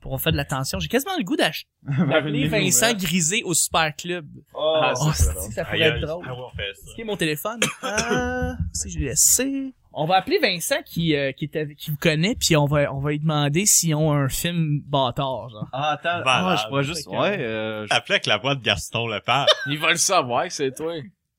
pour faire de l'attention. J'ai quasiment le goût d'acheter Marilyn Vincent Grisé au Super Club. Oh, Ah, Oh, c'est si, ça pourrait Aïe, être aïe, drôle. ah ouais, on fait ça. Est-ce qu'il y a mon téléphone? Ah, si je l'ai laissé. On va appeler Vincent qui, euh, qui, est avec- qui vous connaît, puis on va, on va lui demander s'ils ont un film bâtard. Genre. Ah, attends. Valable. Ah, je vois juste. Fait que- Ouais, euh, je- Appelez avec la voix de Gaston Lepage. Ils veulent savoir que c'est toi.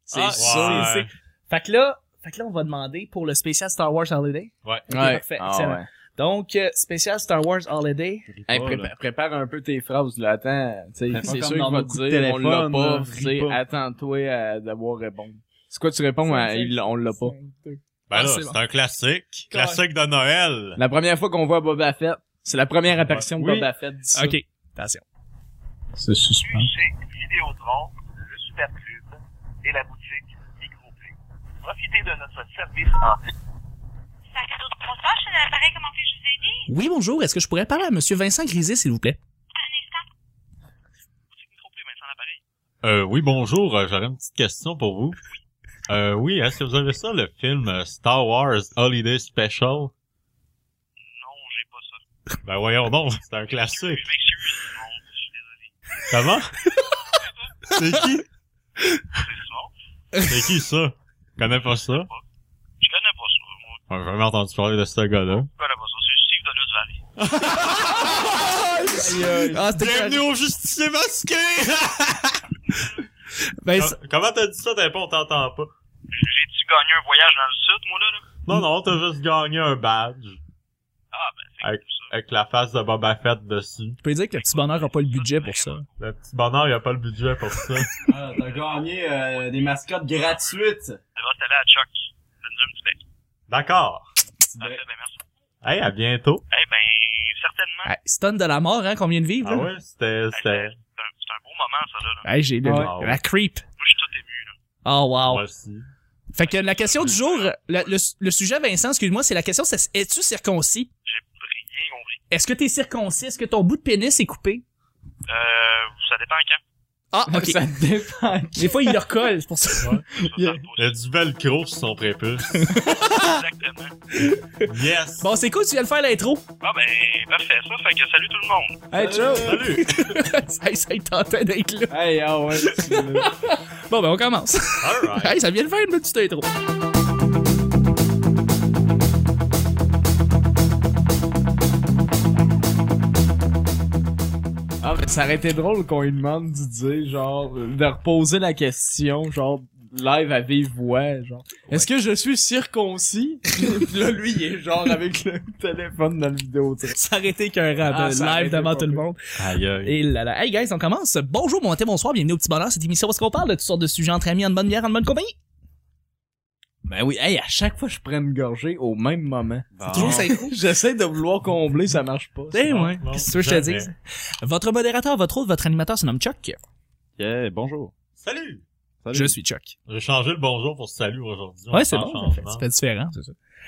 C'est Ah, sûr. c'est- Fait que là, fait que là, on va demander pour le spécial Star Wars Holiday. parfait, Ah, excellent. ouais. Donc, euh, spécial Star Wars Holiday. Hey, pas, prépa- là. prépare un peu tes phrases, là. Attends. tu sais, Fais pas C'est comme sûr qu'il dans va nos te coups de dire, on l'a téléphone, pas. là, tu ris sais, pas. Attends-toi à d'avoir répondu. C'est quoi tu réponds à il, on l'a pas? Ben Ah, là, c'est c'est bon. un classique. Classique de Noël. La première fois qu'on voit Boba Fett, c'est la première apparition Oui. de Boba Fett. dis ça. Ok, attention. C'est suspens. chez Vidéotron, le Supercube et la boutique Microplay. Profitez de notre service en Bonsoir, je suis à l'appareil, comment puis-je vous aider? Oui, bonjour. Est-ce que je pourrais parler à Monsieur Vincent Grisé, s'il vous plaît? Un instant. Euh, oui, bonjour. euh, J'aurais une petite question pour vous. Euh, oui, est-ce que vous avez ça, le film euh, Star Wars Holiday Special? Non, j'ai pas ça. Ben voyons donc, c'est un classique. Je m'excuse, non, je suis désolé. Comment? c'est qui? C'est ça. C'est qui ça? Je connais pas ça. Je connais pas ça. Moi, J'ai jamais entendu parler de ce gars-là. je connais pas ça. C'est Steve de Luz Valley. Ah, c'était au justicier masqué! Ben, Comment t'as dit ça? T'as pas, on t'entend pas. J'ai-tu gagné un voyage dans le sud, moi, là? là? Non, non, t'as juste gagné un badge. Ah, ben, c'est Avec- cool, ça. Avec la face de Boba Fett dessus. je peux dire que le petit bonheur a pas le budget pour ça. Le petit bonheur, il a pas le budget pour ça. Ah, t'as gagné euh, des mascottes gratuites. Tu devrais t'aller à Chuck. Donne-nous un petit bec. D'accord. Parfait, ben, merci. Hey, à bientôt. Eh ben, certainement. Hey, stun de la mort, hein, qu'on vient de vivre. Ah là. ouais, c'était, c'était, C'est un, c'est un beau moment, ça, là. là. Hey, j'ai le- Ah Ouais. la creep. Moi, je suis tout ému, là. Oh wow. moi aussi. Fait que la question du jour, le, le, le sujet Vincent, excuse-moi, c'est la question, c'est es-tu circoncis? J'ai rien compris. Est-ce que t'es circoncis? Est-ce que ton bout de pénis est coupé? Euh, ça dépend quand. Ah, ok. Ça te dépend. Des fois, il le recolle, c'est pour ça. Ça, ça Yeah. repose. Il y a du velcro sur son prépuce. Ah! Exactement. Yes! Bon, c'est cool, tu viens de faire l'intro. Ah, ben, parfait, ça. Fait que salut tout le monde. Hey, ciao! Salut! hey, ça, il tentait d'être là. Hey, ah ouais. Bon, ben, on commence. Alright. hey, ça vient de faire une petite intro. Ah, mais ça aurait été drôle qu'on lui demande de dire, genre, euh, de reposer la question, genre, live à vive voix, genre. Est-ce que je suis circoncis? Puis là, lui, il est genre avec le téléphone dans le vidéo, tu sais. S'arrêter qu'un rap Ah, euh, ça arrête live devant pas tout le plus. monde. Aïe, aïe. Et là là. Hey guys, on commence. Bonjour, bon matin, bonsoir, bienvenue au petit bonheur. Cette émission où est-ce qu'on parle de toutes sortes de sujets entre amis, en bonne bière, en bonne compagnie. Ben oui, hey, à chaque fois, je prends une gorgée au même moment. Bon. Toujours ça J'essaie de vouloir combler, ça marche pas. Eh Non, ouais. non, Qu'est-ce que tu veux que je te jamais. dise? Votre modérateur, votre autre, votre animateur se nomme Chuck. Yeah, bonjour. Salut! Salut. Je suis Chuck. J'ai changé le bonjour pour salut aujourd'hui. Ouais, c'est On bon. ça change fait- changement. Ça fait différent.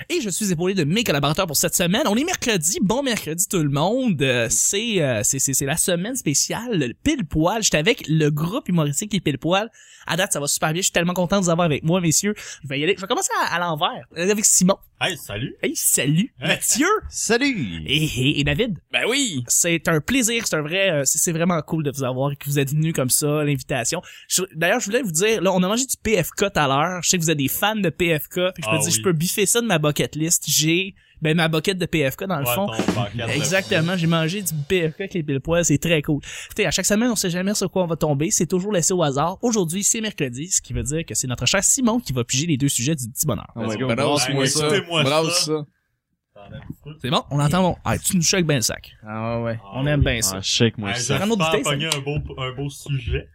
Et je suis épaulé de mes collaborateurs pour cette semaine. On est mercredi. Bon mercredi tout le monde. Euh, c'est, euh, c'est, c'est, c'est la semaine spéciale le pile poil. J'étais avec le groupe humoristique qui pile poil. À date, ça va super bien. Je suis tellement content de vous avoir avec moi, messieurs. Je vais y aller. Je vais commencer à, à l'envers. Euh, Avec Simon. Hey, salut! Hey, salut. Hey. Mathieu. Salut. Et, et- et David, Ben oui! c'est un plaisir, c'est un vrai, euh, c'est c'est vraiment cool de vous avoir et que vous êtes venus comme ça, l'invitation. Je- D'ailleurs, je voulais vous dire, là, on a mangé du PFK tout à l'heure. Je sais que vous êtes des fans de PFK. Puis je Ah peux dire, je oui. peux biffer ça de ma bucket list. J'ai, ben, ma bucket de PFK dans le Ouais, fond. ton banquette de- Exactement, j'ai mangé du PFK avec les pile poils, c'est très cool. Écoutez, à chaque semaine, on sait jamais sur quoi on va tomber, c'est toujours laissé au hasard. Aujourd'hui, c'est mercredi, ce qui veut dire que c'est notre cher Simon qui va piger les deux sujets du petit bonheur. Let's go. Brasse-moi Hey, ça. écoutez-moi Brasse ça. ça. T'en as un petit peu? C'est bon, on entend mon, ah, tu nous choques bien le sac. Ah ouais. Ah On aime oui. bien ça. Ah, shake moi Hey, ça. Prends notre J'espère bouteille, pogner un beau, un beau sujet.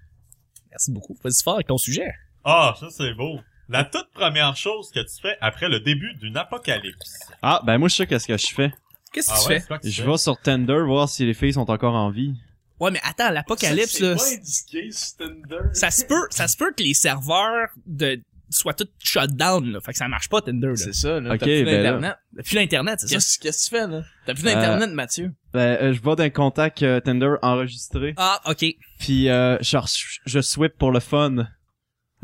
Merci beaucoup. Vas-y fort avec ton sujet. Ah, ça c'est beau. La toute première chose que tu fais après le début d'une apocalypse. Ah, ben moi je sais qu'est-ce que je fais. Qu'est-ce que Ah tu ouais, fais? c'est quoi que tu Je fais? vais sur Tinder voir si les filles sont encore en vie. Ouais, mais attends, l'apocalypse, là, c- indiqué, Tinder. ça se peut, ça se peut que les serveurs de, soient tous shut down, là. Fait que ça marche pas, Tinder, là. C'est ça, là. Ok, T'as ben plus là. d'internet. Depuis l'Internet, c'est ça? Qu'est-ce qu'est-ce que tu fais, là? T'as plus Euh, d'internet, Mathieu? Ben euh, je vais d'un contact euh, Tinder enregistré, Ah, ok. puis euh, genre je swipe pour le fun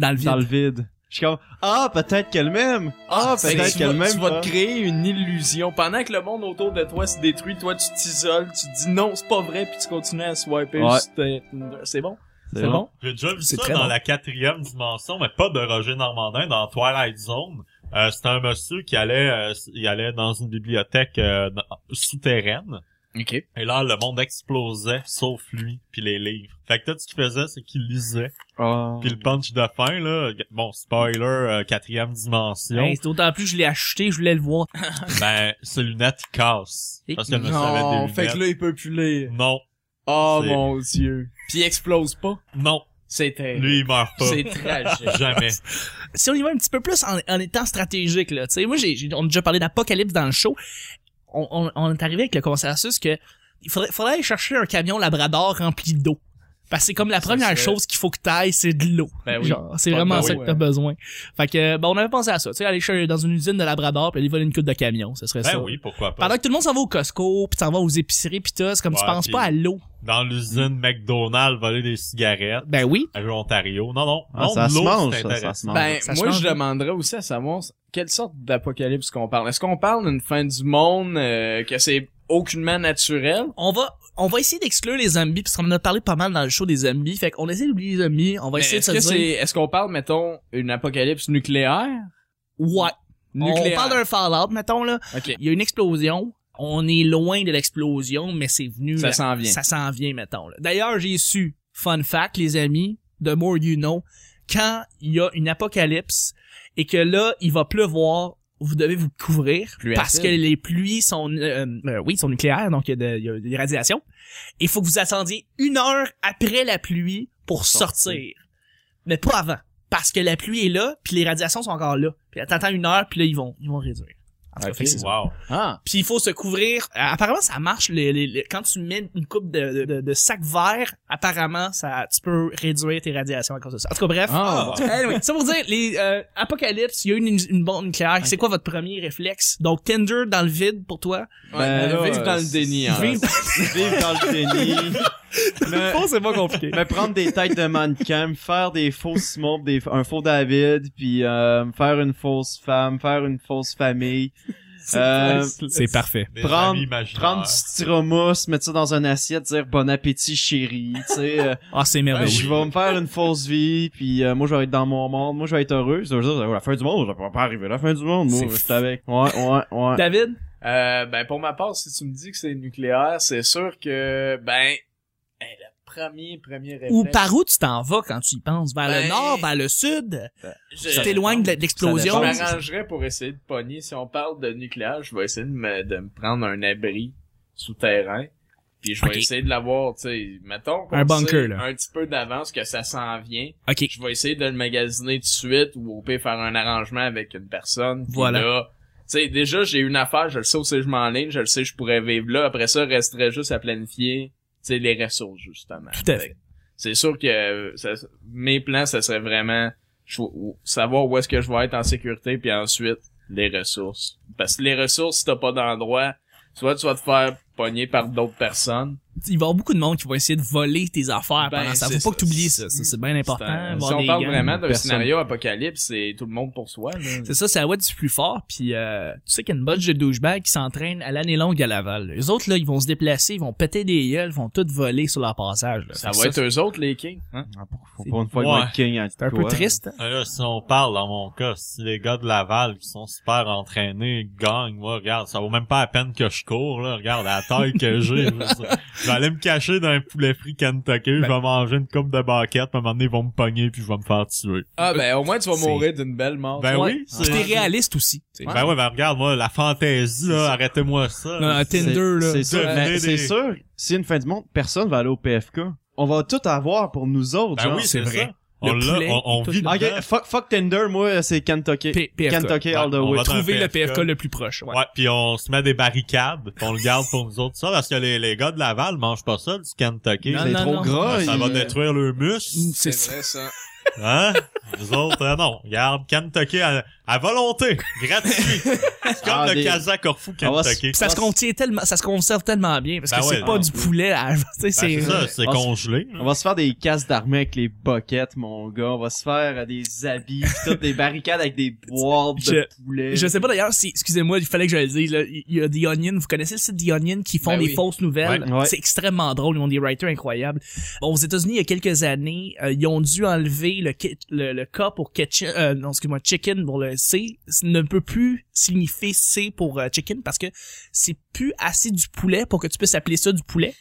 Dans le vide. dans le vide. Je suis comme, ah, peut-être qu'elle m'aime. Ah, C'est que peut-être tu qu'elle vas- m'aime. Tu vas pas. te créer une illusion. Pendant que le monde autour de toi se détruit, toi, tu t'isoles, tu te dis non, c'est pas vrai, puis tu continues à swiper Ouais. sur Tinder. C'est bon? C'est C'est bon. bon? J'ai déjà vu C'est ça très dans bon. la quatrième dimension, mais pas de Roger Normandin, dans Twilight Zone. Euh, c'était un monsieur qui allait, euh, il allait dans une bibliothèque euh, dans- souterraine. OK. Et là, le monde explosait, sauf lui, puis les livres. Fait que tout ce qu'il faisait, c'est qu'il lisait. Ah. Puis le punch de fin, là, bon, spoiler, euh, quatrième dimension, Hey, c'est D'autant plus, je l'ai acheté, je voulais le voir. ben, ses lunettes cassent. Et- Parce que le monsieur avait Non, des fait lunettes. que là, il peut plus lire. Non, Oh C'est- mon dieu. Puis il explose pas. non, C'est terrible. lui, il meurt pas. C'est tragique. Jamais. si on y va un petit peu plus en, en étant stratégique là, tu sais, moi j'ai, j'ai- on a déjà parlé d'apocalypse dans le show. On, on, on est arrivé avec le consensus que il faudrait, faudrait aller chercher un camion Labrador rempli d'eau. Parce que c'est comme la Ça première serait- chose qu'il faut que t'ailles, c'est de l'eau. Ben oui. Genre, c'est Ah, vraiment ben ça oui, que t'as ouais. besoin. Fait que, ben, on avait pensé à ça. Tu sais, aller chercher dans une usine de Labrador puis aller voler une coupe de camion. Ce serait Ben ça. oui, pourquoi pas. Pendant que tout le monde s'en va au Costco puis s'en va aux épiceries puis tout, c'est comme tu Ouais, penses puis- pas à l'eau. Dans l'usine McDonald's, voler des cigarettes. Ben oui. à l'Ontario. Non, non. Ah, non ça se l'eau, mange, c'est ça, ça se mange. Ben, Ça moi, change, je hein? demanderais aussi à savoir quelle sorte d'apocalypse qu'on parle. Est-ce qu'on parle d'une fin du monde euh, que c'est aucunement naturel? on va on va essayer d'exclure les zombies parce qu'on en a parlé pas mal dans le show des zombies fait qu'on essaie d'oublier les zombies on va Mais essayer de Ben, Est-ce se que dire c'est, est-ce qu'on parle, mettons, une apocalypse nucléaire? ouais Nucléaire. on parle d'un fallout mettons là Ok. il y a une explosion on est loin de l'explosion mais c'est venu euh, Ça là, s'en vient. ça s'en vient mettons là. d'ailleurs j'ai su fun fact les amis the more you know quand il y a une apocalypse et que là il va pleuvoir vous devez vous couvrir Pluie parce que acide. les pluies sont euh, euh, oui sont nucléaires donc il y, a de- il y a des radiations il faut que vous attendiez une heure après la pluie pour sortir mais pas avant parce que la pluie est là puis les radiations sont encore là puis t'attends une heure puis là ils vont ils vont réduire en tout cas, Ok. fait que c'est ça. Wow. Ah. Puis il faut se couvrir. Euh, Apparemment, ça marche. les- les- les- quand tu mets une coupe de, de, de, de sac vert, apparemment, ça, tu peux réduire tes radiations à cause de ça. En tout cas, bref. Ah. Anyway, ça pour dire, les euh, apocalypse, il y a une, une bombe nucléaire. C'est quoi votre premier réflexe? Donc, Tinder dans le vide pour toi. Ben, là, vivre dans le déni, hein. Vivre- Vivre dans le déni. Je Me- pense que Oh, c'est pas compliqué. me prendre des têtes de mannequin, me faire des faux Simon, pis des, un faux David, puis euh, me faire une fausse femme, faire une fausse famille, Euh, C'est parfait. Des Prendre- amis imaginaires. prendre du styromousse, mettre ça dans une assiette, dire bon appétit chérie, tu sais, euh, Ah, c'est Ben merveilleux. je vais me faire une fausse vie, puis euh, moi je vais être dans mon monde, moi je vais être heureux, ça veut dire oh, la fin du monde, ça va pas arriver, la fin du monde, moi C'est je suis avec, ouais, ouais, ouais. David? Euh, ben, pour ma part, si tu me dis que c'est nucléaire, c'est sûr que, ben, ben, le premier, premier réflexe. Ou par où tu t'en vas quand tu y penses? Vers le Ben- nord, vers le sud? Je- Tu t'éloignes de Je l'explosion? m'arrangerais pour essayer de pogner. Si on parle de nucléaire, je vais essayer de me, de me prendre un abri souterrain. Puis je vais Ok. essayer de l'avoir, tu sais, mettons qu'on Un bunker, sait là. un petit peu d'avance que ça s'en vient. Ok. Je vais essayer de le magasiner tout de suite ou au pire faire un arrangement avec une personne. Puis Voilà. là, Tu sais, déjà, j'ai une affaire, je le sais où c'est que je m'enligne, je le sais, je pourrais vivre là. Après ça, resterait juste à planifier, tu sais, les ressources, justement. Tout à fait. C'est sûr que euh, ça- mes plans, ça serait vraiment je- ou- savoir où est-ce que je vais être en sécurité, puis ensuite, les ressources. Parce que les ressources, si t'as pas d'endroit, soit tu vas te faire pogner par d'autres personnes. il va y avoir beaucoup de monde qui va essayer de voler tes affaires Ben, pendant ça. Faut c'est pas ça. que tu oublies ça. Ça, C'est bien important. C'est un- avoir si on des parle gangs. vraiment d'un personne. scénario apocalypse, c'est tout le monde pour soi. là. C'est ça, c'est la web du plus fort. Puis euh, tu sais qu'il y a une bunch de douchebags qui s'entraînent à l'année longue à Laval. Les autres, là, ils vont se déplacer, ils vont péter des gueules, ils vont tout voler sur leur passage. là. Ça Fait va que être eux autres, les kings. Hein? Faut pas une fois que Ouais. notre king a dit c'est un peu quoi. triste. hein. Ah, Là, si on parle, dans mon cas, si les gars de Laval qui sont super entraînés gagnent, moi, regarde, ça vaut même pas la peine que je cours, là. Regarde la taille que j'ai. là, ça. Je vais aller me cacher dans un poulet frit Kentucky, je vais manger une coupe de baquette, puis à un moment donné, ils vont me pogner, puis je vais me faire tuer. Ah ben au moins tu vas C'est- mourir d'une belle mort. Ben Ouais. oui, Puis t'es réaliste aussi. tu sais. Ben ouais, ben regarde, moi, la fantaisie, là, arrêtez-moi ça. Non, non, C'est- Tinder, là. C'est sûr, Devenez mais des- c'est sûr, si une fin du monde, personne va aller au PFK. On va tout avoir pour nous autres, Ben genre. oui, c'est c'est vrai. vrai. On Le l'a, poulet, on, on tout vit le- Ah, Ok, dedans. fuck, fuck Tinder, moi, c'est Kentucky. P- PFK. Kentucky all the Ouais, on way. va dans Trouver un le PFK. PFK le plus proche. ouais. Ouais, puis on se met des barricades, pis on le garde pour nous autres. Ça, parce que les, les gars de Laval mangent pas ça, du Kentucky. Non, Ah, C'est non, trop non. gras. ça il- va détruire le muscle, C'est C'est vrai ça. hein? Vous autres, euh, non. Garde, Kentucky à, à volonté, gratuit. C'est comme Ah, le des- Casa Corfu Ah, ouais, Kentucky. Puis ça se contient tellement, ça se conserve tellement bien parce que Ben c'est ouais, pas non. du poulet. à- tu sais, Ben, c'est c'est ça, c'est on se- congelé. là. On va se faire des casses d'armée avec les boquettes, mon gars. On va se faire euh, des habits, pis tout, des barricades avec des boîtes de poulet. Je sais pas d'ailleurs si, excusez-moi, il fallait que je le dise, là, il y a The Onion, vous connaissez le site The Onion qui font Ben des oui. fausses nouvelles. Ouais. Ouais. C'est extrêmement drôle, ils ont des writers incroyables. Bon, aux États-Unis, il y a quelques années, euh, ils ont dû enlever le, ki- le, le K pour kitchen, euh, non, excuse-moi, chicken pour le C, Ça ne peut plus signifier C pour euh, chicken parce que c'est plus assez du poulet pour que tu puisses appeler ça du poulet.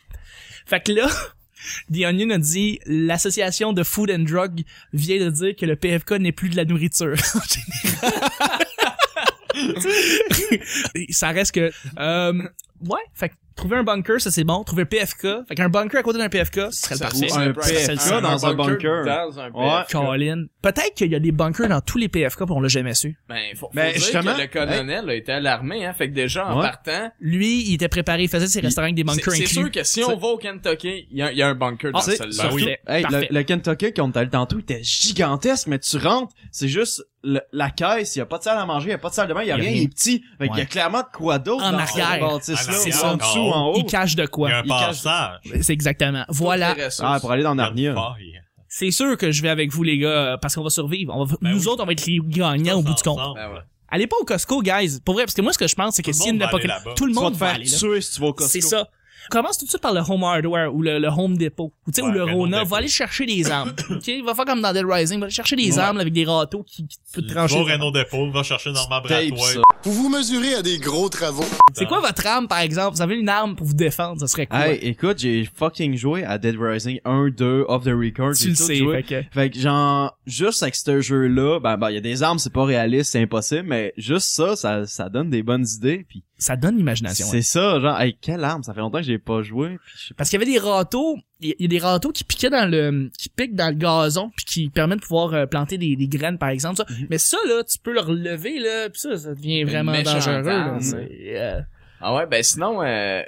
Fait que là, The Onion a dit l'association de Food and Drug vient de dire que le PFK n'est plus de la nourriture. En général. ça reste que euh, ouais, fait que trouver un bunker ça c'est bon, trouver un PFK, fait qu'un bunker à côté d'un PFK, ce serait le Ça parfait. un PFK dans un bunker. Dans un Ouais. PFK. Colin, peut-être qu'il y a des bunkers dans tous les PFK puis on l'a jamais su. Ben, faut, faut Ben, dire justement, que le colonel a été à l'armée, hein. Fait que déjà, en Ouais. partant, Lui, il était préparé, il faisait ses restaurants avec des c'est- bunkers c'est sûr inclus. que si on va au Kentucky, il y, a- il y a un bunker dans Ah, c'est- celui-là. Ben oui. Parfait, Hey, parfait. le, le Kentucky qu'on allé tantôt était gigantesque, mais tu rentres, c'est juste le- la caisse, il y a pas de salle à manger, il y a pas de salle de bain, il y a rien, il est petit. Fait qu'il y Ouais. a clairement de quoi d'autre En dans arrière. Ah, non, là c'est en ça. dessous, En en haut. Il cache de Il y a quoi un il cache- passage. C'est exactement. Voilà. Toutes les ressources. Ah, pour aller dans Il y a Narnia. une faille. C'est sûr que je vais avec vous, les gars, euh, parce qu'on va survivre. On va- Ben nous oui. autres, on va être les gagnants au bout du Tous compte. ensemble. Ben ouais. Allez pas au Costco, guys. Pour vrai, parce que moi, ce que je pense, c'est que Tout le s'il y a une monde va aller apocalypse- là-bas. tout le Tu vas monde te va faire aller là. tuer si tu vas au Costco. C'est ça. Commence tout de suite par le Home Hardware ou le, le Home Depot. Ou, tu sais, ou Ouais, le le Rona. Home Depot. Va aller chercher des armes. ok? Va faire comme dans Dead Rising. Va aller chercher des Ouais. armes là, avec des râteaux qui, qui peut te Tu vas trancher. au Renault Dépôt, va chercher Normand Tape Bratois. ça. Vous vous mesurez à des gros travaux. C'est quoi votre arme, par exemple? Vous avez une arme pour vous défendre. Ça serait quoi? Hey, écoute, j'ai fucking joué à Dead Rising 1, 2, Off the Record. tu j'ai le tout sais. joué. fait que- Fait que genre, juste avec ce jeu-là, ben, ben, il y a des armes, c'est pas réaliste, c'est impossible, mais juste ça, ça, ça donne des bonnes idées, puis ça donne l'imagination. c'est ça, genre, hey, quelle arme, ça fait longtemps que j'ai pas joué, puis je sais pas. Parce qu'il y avait des râteaux, il y- il y a des râteaux qui piquaient dans le, qui piquent dans le gazon puis qui permettent de pouvoir euh, planter des, des graines par exemple. ça. Mhm. Mais ça là, tu peux le relever là, puis ça, ça devient vraiment méchante dangereux. Là. arme. C'est, euh, Ah ouais, ben sinon, euh,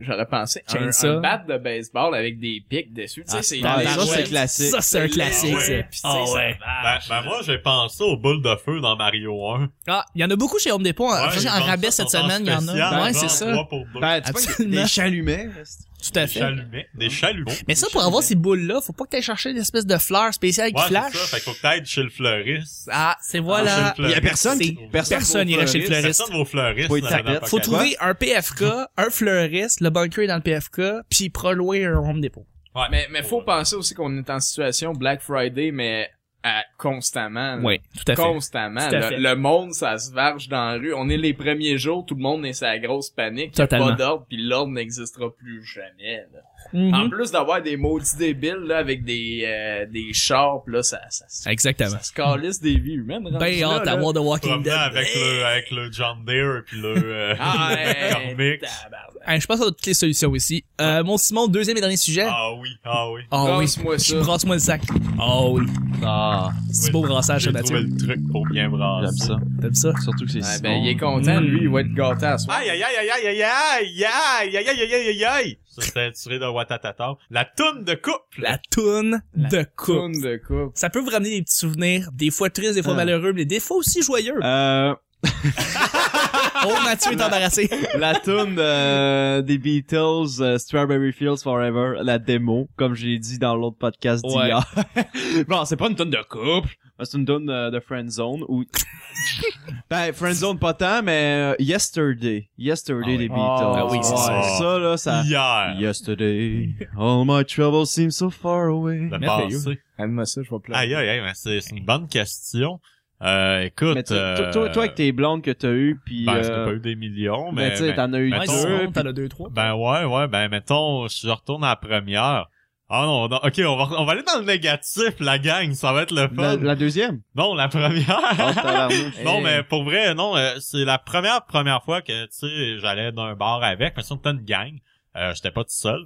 j'aurais pensé à un, Chainsaw. un bat de baseball avec des pics dessus. Tu sais, c'est Ah, les ça, jouets- c'est classique. Ça c'est un classique. ouais. ça. Puis, tu sais, ça Ben, marche. ben moi, j'ai pensé aux boules de feu dans Mario 1. Ah, il y en a beaucoup chez Home Depot. hein. En, Ouais, ils en vendent rabais ça cette en semaine, il y en spécial, a. Ouais, c'est genre ça. trois pour deux. Ben, tu sais, Absolument. des chalumets, là, c'est- Tout à Des fait. chalumets. Des chalumeaux. Mais ça, pour avoir ces boules-là, faut pas que t'ailles chercher une espèce de fleur spéciale qui Ouais, flash. c'est ça. Fait qu'il faut que t'ailles chez le fleuriste. Ah, c'est voilà. Ah, chez le Il y a personne qui- fleuriste. personne Personne va au irait chez le fleuriste. fleuriste. Personne va au fleuriste. Faut dans être la tapette. Faut trouver apocalypse. un PFK, un fleuriste, le bunker est dans le PFK, puis prolouer un Home Depot. Ouais. Mais, mais faut penser aussi qu'on est en situation Black Friday, mais à, constamment. là. Ouais, tout à fait. Constamment. Tout à là. fait. Le monde, ça se varge dans la rue. On est les premiers jours, tout le monde est sa grosse panique. Y a Totalement. Pas d'ordre, puis l'ordre n'existera plus jamais. là. Mhm. En plus d'avoir des maudits débiles là, avec des euh, des chars, pis là, ça, ça, ça, Exactement. se calisse des vies humaines. rendu Ben là, hâte là. à voir The Walking Promenant Dead. avec le, avec le John Deere puis le, euh, Ah, hey, Cormix. tabarnak. Hey, je pense à toutes les solutions ici. Euh, mon Simon, deuxième et dernier sujet. Ah oui, ah oui. Oh oui. Brasse-moi ça. Brasse-moi le sac. Oh oui. Ah, C'est beau brassage, ça, J'ai trouvé Mathieu. le truc pour bien brasser. j'aime ça. T'aimes ça? Surtout que c'est Ouais, si ben, bon. il est content, Mm. lui, il va être gâté à soi. Aïe, aïe, aïe, aïe, aïe, aïe, aïe, aïe, aïe, aïe, aïe, aïe, aïe. Ça, C'était tiré de Watatata. La toune de couple. La toune de coupe. Tourne de coupe. Ça peut vous ramener des petits souvenirs, des fois tristes, des fois Ah. malheureux, mais des fois aussi joyeux. Euh, Oh, Mathieu est embarrassé. la tune des Beatles, euh, Strawberry Fields Forever, la démo, comme j'ai dit dans l'autre podcast d'hier. bon, c'est pas une tune de couple, mais c'est une tune euh, de friend zone ou ben friend zone pas tant, mais euh, Yesterday, Yesterday des Beatles. Ah oui, c'est Ouais, ça. ça là, ça. Hier. Yesterday, all my troubles seem so far away. Le Merveilleux. passé. Anne-moi ça, je vais pleurer. Aïe, aïe, aïe, mais c'est c'est une bonne question. Euh, écoute. Mais tu- euh, toi, toi, toi avec tes blondes que t'as eu, puis Ben, euh, c'est pas eu des millions, ben, mais. tu sais, ben, t'en as eu Ouais, mettons- deux. Simon, t'en as deux, trois. Ben ouais, ouais, ben mettons, si je retourne à la première. Ah non, non, ok, on va, on va aller dans le négatif, la gang, ça va être le La, fun. la deuxième. Non, la Oh, première. tabarnouche. non, mais pour vrai, non, euh, c'est la première première fois que, tu sais, j'allais d'un bar avec, mais si on était une gang, euh, j'étais pas tout seul.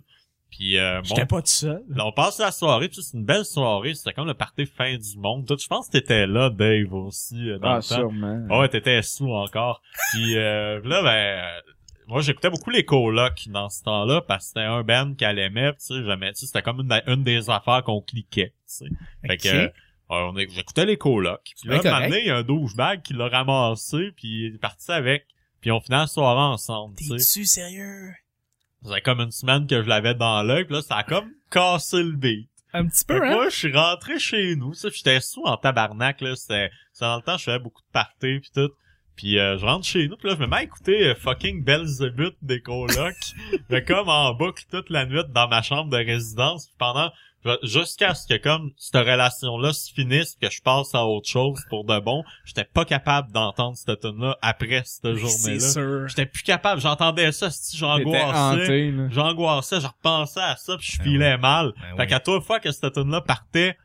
Puis, euh, bon, pas tout seul. là, on passe la soirée, puis c'est une belle soirée, c'était comme le party fin du monde. Toi, je pense que t'étais là, Dave, aussi, euh, dans Ah, le temps. sûrement. Ah ouais, t'étais sous encore. Puis euh, là, ben, euh, moi, j'écoutais beaucoup les colocs dans ce temps-là parce que c'était un band qu'elle aimait. puis Tu sais, jamais, tu sais, c'était comme une, une des affaires qu'on cliquait. Tu sais. Fait que, Ok. euh, Euh, on est- J'écoutais les colocs. Puis là, bien un moment correct. donné, il y a un douchebag qui l'a ramassé, puis il est parti avec. Puis on finit la soirée ensemble, tu sais. T'es-tu sérieux? Ça faisait comme une semaine que je l'avais dans l'œil, puis là, ça a comme cassé le beat. Un petit Fait peu, que hein? Moi, je suis rentré chez nous, tu sais, j'étais sous en tabarnak, là, c'était, c'était dans le temps, je faisais beaucoup de parties pis tout. Puis euh, je rentre chez nous, puis là, je me mets à écouter euh, fucking Belzebut des colocs, mais comme en boucle toute la nuit dans ma chambre de résidence, puis pendant jusqu'à ce que comme cette relation-là se finisse, que je passe à autre chose pour de bon, j'étais pas capable d'entendre cette tune-là après cette C'est journée-là. sûr. J'étais plus capable, j'entendais ça, si T'étais j'angoissais. hanté, là. J'angoissais, je repensais à ça puis je Ben filais mal. Ben Ah fait oui. qu'à toute fois que cette tune là partait,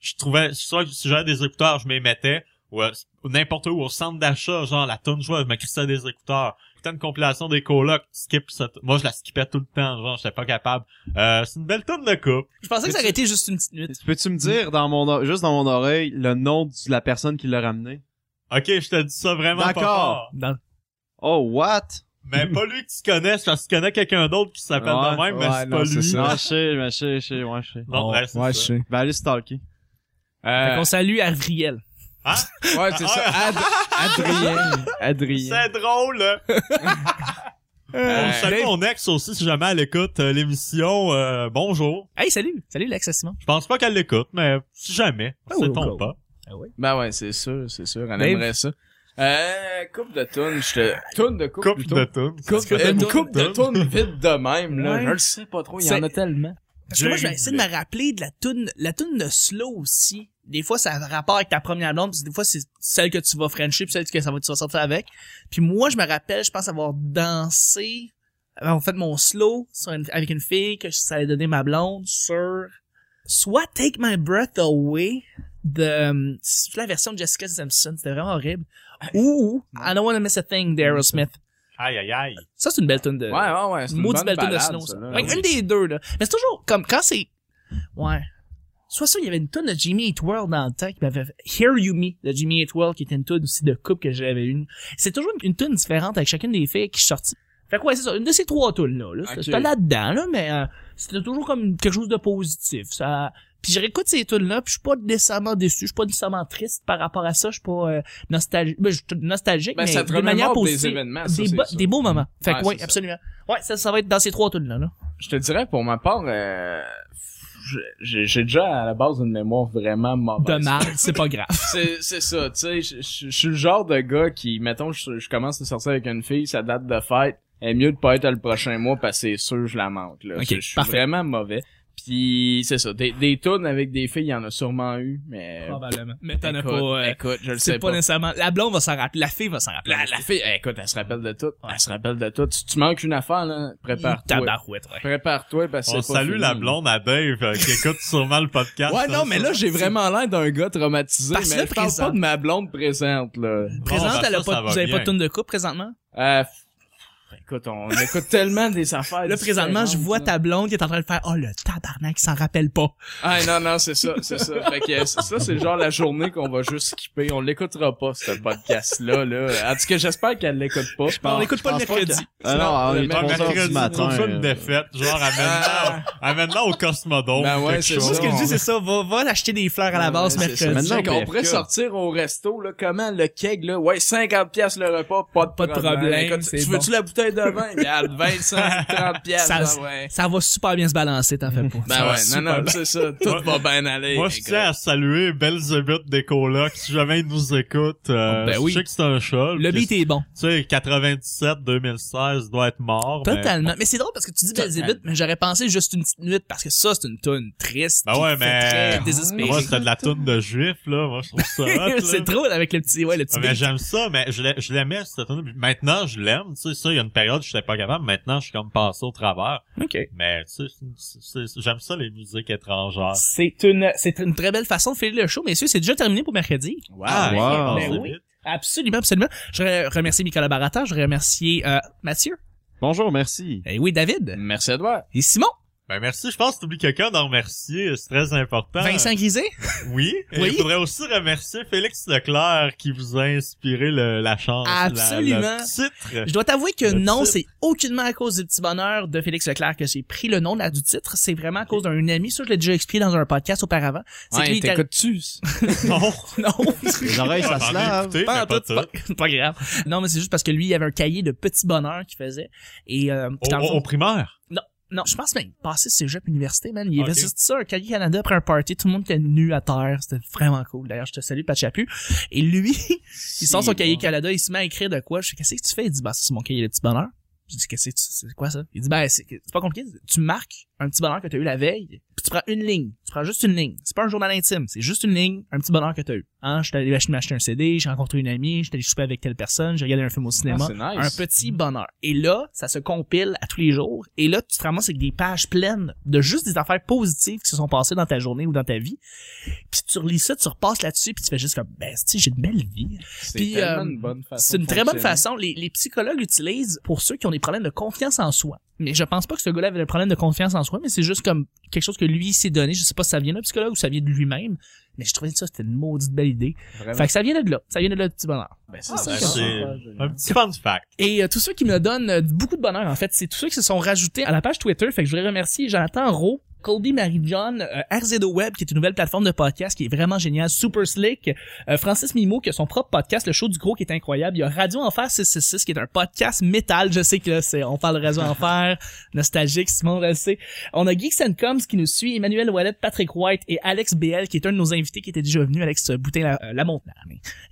je trouvais, soit si j'avais des écouteurs, je m'y mettais, ou euh, n'importe où, au centre d'achat, genre la tune jouait, je me crissais des écouteurs. Putain, une compilation des colocs, skip cette... Moi, je la skippais tout le temps, genre, j'étais pas capable. Euh, c'est une belle tonne de coupe. Je pensais que ça aurait été juste une petite nuit. Peux-tu me dire, dans mon or- juste dans mon oreille, le nom de la personne qui l'a ramené? Ok, je te dis ça vraiment pas D'accord. fort. Dans- Oh, what? Mais pas lui que tu connais, c'est parce que tu connais quelqu'un d'autre qui s'appelle Ouais, de même, mais ouais, c'est non, pas c'est lui. ça. Non, Ah, je sais, mais je sais, je sais, ouais, je sais. Non, ben, c'est ouais, je ça. sais. Ben, allez stalker. Fait Euh, qu'on salue Ariel. ouais, c'est ça. Ah! Ad- Adrien. Adrien. C'est drôle! hein. On salue Dave- mon ex aussi, si jamais elle écoute euh, l'émission, euh, bonjour. Hey, salut! Salut, Lex Simon. Je pense pas qu'elle l'écoute, mais si jamais, Ah c'est oui, ton cool. pas. Ben ouais, c'est sûr, c'est sûr. Elle Dave? aimerait ça. Euh, coupe de tunes, je te... Tune de coupe, Coupe plutôt. de tunes. Coupe, que t'as une une coupe de toune? tunes vite de même, là. Ouais. Je le sais pas trop, il y en C'est- a tellement. Parce que moi, je vais essayer de me rappeler de la toune, la toune de Slow aussi. Des fois, ça a rapport avec ta première blonde, puis des fois, c'est celle que tu vas friendship, celle que ça va, tu vas sortir avec. Puis moi, je me rappelle, je pense avoir dansé, en fait, mon slow sur une- avec une fille que ça allait donner ma blonde sur soit Take My Breath Away de hum, c'est la version de Jessica Simpson, c'était vraiment horrible, ou I Don't Wanna Miss a Thing d'Aerosmith. Aïe, aïe, aille. Ça, c'est une belle toune de... Ouais, ouais, ouais. C'est une Maudit bonne belle toune de balade, Snow, ça, ça. là. Ouais, Une des deux, là. Mais c'est toujours comme quand c'est. Ouais. Soit ça, il y avait une toune de Jimmy Eat World dans le temps qui m'avait fait Hear You Me de Jimmy Eat World, qui était une toune aussi de couple que j'avais une. C'est toujours une, une toune différente avec chacune des filles qui sortit. Fait que ouais, c'est ça. Une de ces trois tounes là. là. C'était- Ok. C'était là-dedans, là, mais euh, c'était toujours comme quelque chose de positif. Ça. Puis je réécoute ces tunes là, puis je suis pas nécessairement déçu, je suis pas nécessairement triste par rapport à ça, je suis pas euh, nostalgique, ben, je suis nostalgique, Ben, mais ça te de manière remémore des positive événements, ça, des, c'est bo- sûr. des beaux moments. Fait Ouais, que oui, c'est ça. absolument. Mm. Ouais, ça, ça va être dans ces trois tunes là. là. Je te dirais, pour ma part, euh, j'ai j'ai déjà à la base une mémoire vraiment mauvaise. De mal, Ah, ben, c'est pas grave. C'est c'est ça, tu sais, je- je je suis le genre de gars qui, mettons, je je commence à sortir avec une fille, sa date de fête, elle est mieux de pas être le prochain mois parce que c'est sûr je la manque. Là. Ok, Je- je suis parfait. vraiment mauvais. Puis c'est ça, des, des tunes avec des filles, il y en a sûrement eu, mais... Probablement. Mais t'en as écoute, pas. euh, écoute, je le sais c'est pas, pas. nécessairement. La blonde va s'en rappeler. La fille va s'en rappeler. La, la fille, eh, écoute, elle se rappelle de tout. Elle se rappelle de tout. Tu, tu manques une affaire, là, prépare-toi. Mm. Tabarouette, ouais. Prépare-toi parce que On c'est pas salue fini. la blonde à Dave euh, qui écoute sûrement le podcast. hein, Ouais, non, mais là, j'ai vraiment l'air d'un gars traumatisé, Parce mais là, je parle présent. pas de ma blonde présente, là. Présente, ben, elle a ça, ça pas, va vous avez pas bien. de tune de couple présentement? Euh, f- écoute, on écoute tellement des affaires. Là, présentement, je vois différentes, là. ta blonde qui est en train de faire, oh, le tabarnak, il s'en rappelle pas. Ah non, non, c'est ça, c'est ça. Fait que c'est- ça, c'est genre la journée qu'on va juste skipper. On l'écoutera pas, ce podcast-là, là. En tout cas, j'espère qu'elle l'écoute pas. on l'écoute pas le pense pas mercredi. Ah non, Le on est mec- Un 3 heures mercredi, du je trouve matin. ça une euh. défaite. Genre, Ah. amène-la amène-la au Cosmodome. Ben ouais, quelque c'est chose. Moi, ce que je dis, c'est ça. Va, va acheter des fleurs à la base Ouais, c'est ça. mercredi. Maintenant Maintenant, qu'on pourrait PFK. sortir au resto, là, comment le keg, là, ouais, 50 pièces le repas, pas de Pas de problème, Écoute, tu c'est veux-tu la bouteille de vin? Regarde, 25, 30 pièces, Ça- ah ouais. Ça va super bien se balancer, t'en fais pas. Ben Ça va ouais, non, super non, bien. c'est ça, tout Moi- va bien aller. Moi, je écoute. tiens à saluer Belzebut des colocs. Si jamais il nous écoute, euh, Ben oui. je sais que c'est un chat. Le beat est bon. Tu sais, 97-2016 doit être mort. mais- Totalement. Mais, c'est drôle parce que tu dis Belzébuth, mais j'aurais pensé juste une petite nuit parce que ça, c'est une toune triste. Ben ouais, qui fait mais- Très désespérée. Moi, c'était de la toune de juif, là. Moi, je trouve ça hot, là. c'est drôle avec le petit, ouais, le petit. Ouais, Ah, mais j'aime ça, mais je l'ai- je l'aimais, cette toune. Maintenant, je l'aime, tu sais, ça, il y a une période, je n'étais pas capable. Maintenant, je suis comme passé au travers. OK. Mais, tu sais, c'est- c'est- c'est- j'aime ça, les musiques étrangères. C'est une, c'est une très belle façon de filer le show, messieurs. C'est déjà terminé pour mercredi. Ah, wow. ça passe Ben oui. vite. Absolument, absolument. Je voudrais remercier mes collaborateurs. Je voudrais remercier, euh, Mathieu. Bonjour, merci. Et oui, David. Merci à toi. Et Simon. Ben merci, je pense que t'oublies quelqu'un d'en remercier, c'est très important. Vincent Grisé? Oui. Et Oui. Je voudrais aussi remercier Félix Leclerc qui vous a inspiré le- la chance. la- Absolument. le titre. Je dois t'avouer que ben, Le non, titre. c'est aucunement à cause du petit bonheur de Félix Leclerc que j'ai pris le nom là, du titre. C'est vraiment à cause d'un ami. Ça, je l'ai déjà expliqué dans un podcast auparavant. C'est que Ouais, lui, il est arri- t'écoutes-tu? Non. Non. Les oreilles, ça J'en se ai lave. écouté, mais Pas en pas tout, ça. pas- pas grave. Non, mais c'est juste parce que lui, il avait un cahier de petits bonheurs qu'il faisait. Et euh, puis Au, dans le au- fond- au primaire. non, je pense même passé cégep université, man. Il oh. Ok. avait juste ça, un cahier Canada après un party, tout le monde était nu à terre, c'était vraiment cool. D'ailleurs, je te salue, Pat Chapu. Et lui, il sort son cahier Canada, il se met à écrire de quoi. Je fais qu'est-ce que tu fais Il dit bah c'est mon cahier de petits bonheurs. Je dis qu'est-ce que tu- c'est quoi ça Il dit ben c'est c'est pas compliqué. Tu marques un petit bonheur que t'as eu la veille, puis tu prends une ligne. Tu prends juste une ligne. C'est pas un journal intime, c'est juste une ligne, un petit bonheur que t'as eu. Hein, je suis allé acheter- m'acheter un CD, j'ai rencontré une amie, j'étais allé souper avec telle personne, j'ai regardé un film au cinéma. Ah, un petit bonheur. Et là, ça se compile à tous les jours. Et là, tu te ramasses avec des pages pleines de juste des affaires positives qui se sont passées dans ta journée ou dans ta vie. Puis tu relis ça, tu repasses là-dessus, puis tu fais juste comme, ben, si j'ai une belle vie. C'est Puis, tellement euh, une bonne façon. C'est une de très bonne fonctionner. façon. Les, les psychologues utilisent pour ceux qui ont des problèmes de confiance en soi. Mais je pense pas que ce gars-là avait des problèmes de confiance en soi, mais c'est juste comme quelque chose que lui s'est donné. Je sais pas si ça vient d'un psychologue ou ça vient de lui-même. Mais je trouvais que ça, c'était une maudite belle idée. Vraiment. Fait que ça vient de là. Ça vient de là, le petit bonheur. Ben, Ah, ça, ben, c'est- ça, ça, ça, Un petit fun fact. Et euh, tous ceux qui me donnent euh, beaucoup de bonheur, en fait, c'est tous ceux qui se sont rajoutés à la page Twitter. Fait que je voudrais remercier Jonathan Rowe, Colby Marie-John, euh, RZO Web, qui est une nouvelle plateforme de podcast qui est vraiment géniale, super slick, euh, Francis Mimo, qui a son propre podcast, Le Show du Gros, qui est incroyable. Il y a Radio Enfer 666, qui est un podcast métal. Je sais que là, c'est, on parle de Radio Enfer, nostalgique, Simon le sait. On a Geeks and Coms qui nous suit, Emmanuel Wallet, Patrick White et Alex BL, qui est un de nos invités qui était déjà venu, Alex Boutin euh, la montagne.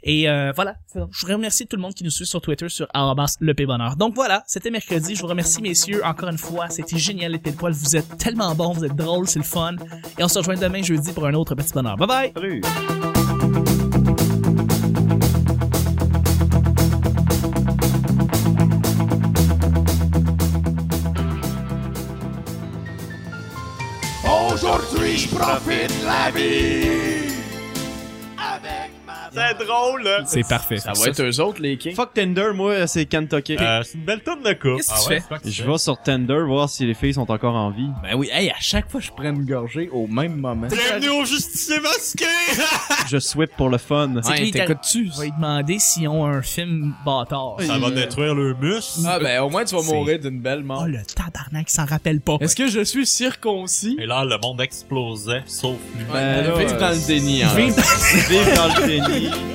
Et euh, voilà, C'est bon. je voudrais remercier tout le monde qui nous suit sur Twitter sur arrobas le Bonheur. Donc voilà, c'était mercredi. Je vous remercie messieurs encore une fois. C'était génial les Poil. Vous êtes tellement bons, vous êtes drôles, c'est le fun. Et on se rejoint demain jeudi pour un autre petit bonheur. Bye bye. Salut. C'est drôle. là. Ah. C'est parfait. Ça va être eux autres, les kings. Fuck Tinder, moi, c'est Kentucky. Euh, c'est une belle tonne de Ah coupe. Qu'est-ce que tu fais? Je vais sur Tinder voir si les filles sont encore en vie. Ben oui, hey, à chaque fois, je prends une gorgée au même moment. Bienvenue au justicier masqué! Je swipe pour le fun. C'est que Ouais, les Italiens- t'écoutes-tu? On va lui demander s'ils ont un film bâtard. Ça va détruire le muscle. Ah, ben au moins, tu vas C'est- mourir d'une belle mort. Oh le tabarnak, il s'en rappelle pas. Est-ce que je suis circoncis? Et là, le monde explosait, sauf lui. Ben, là, vive dans le déni, hein. Vive- Vive Euh, dans le déni.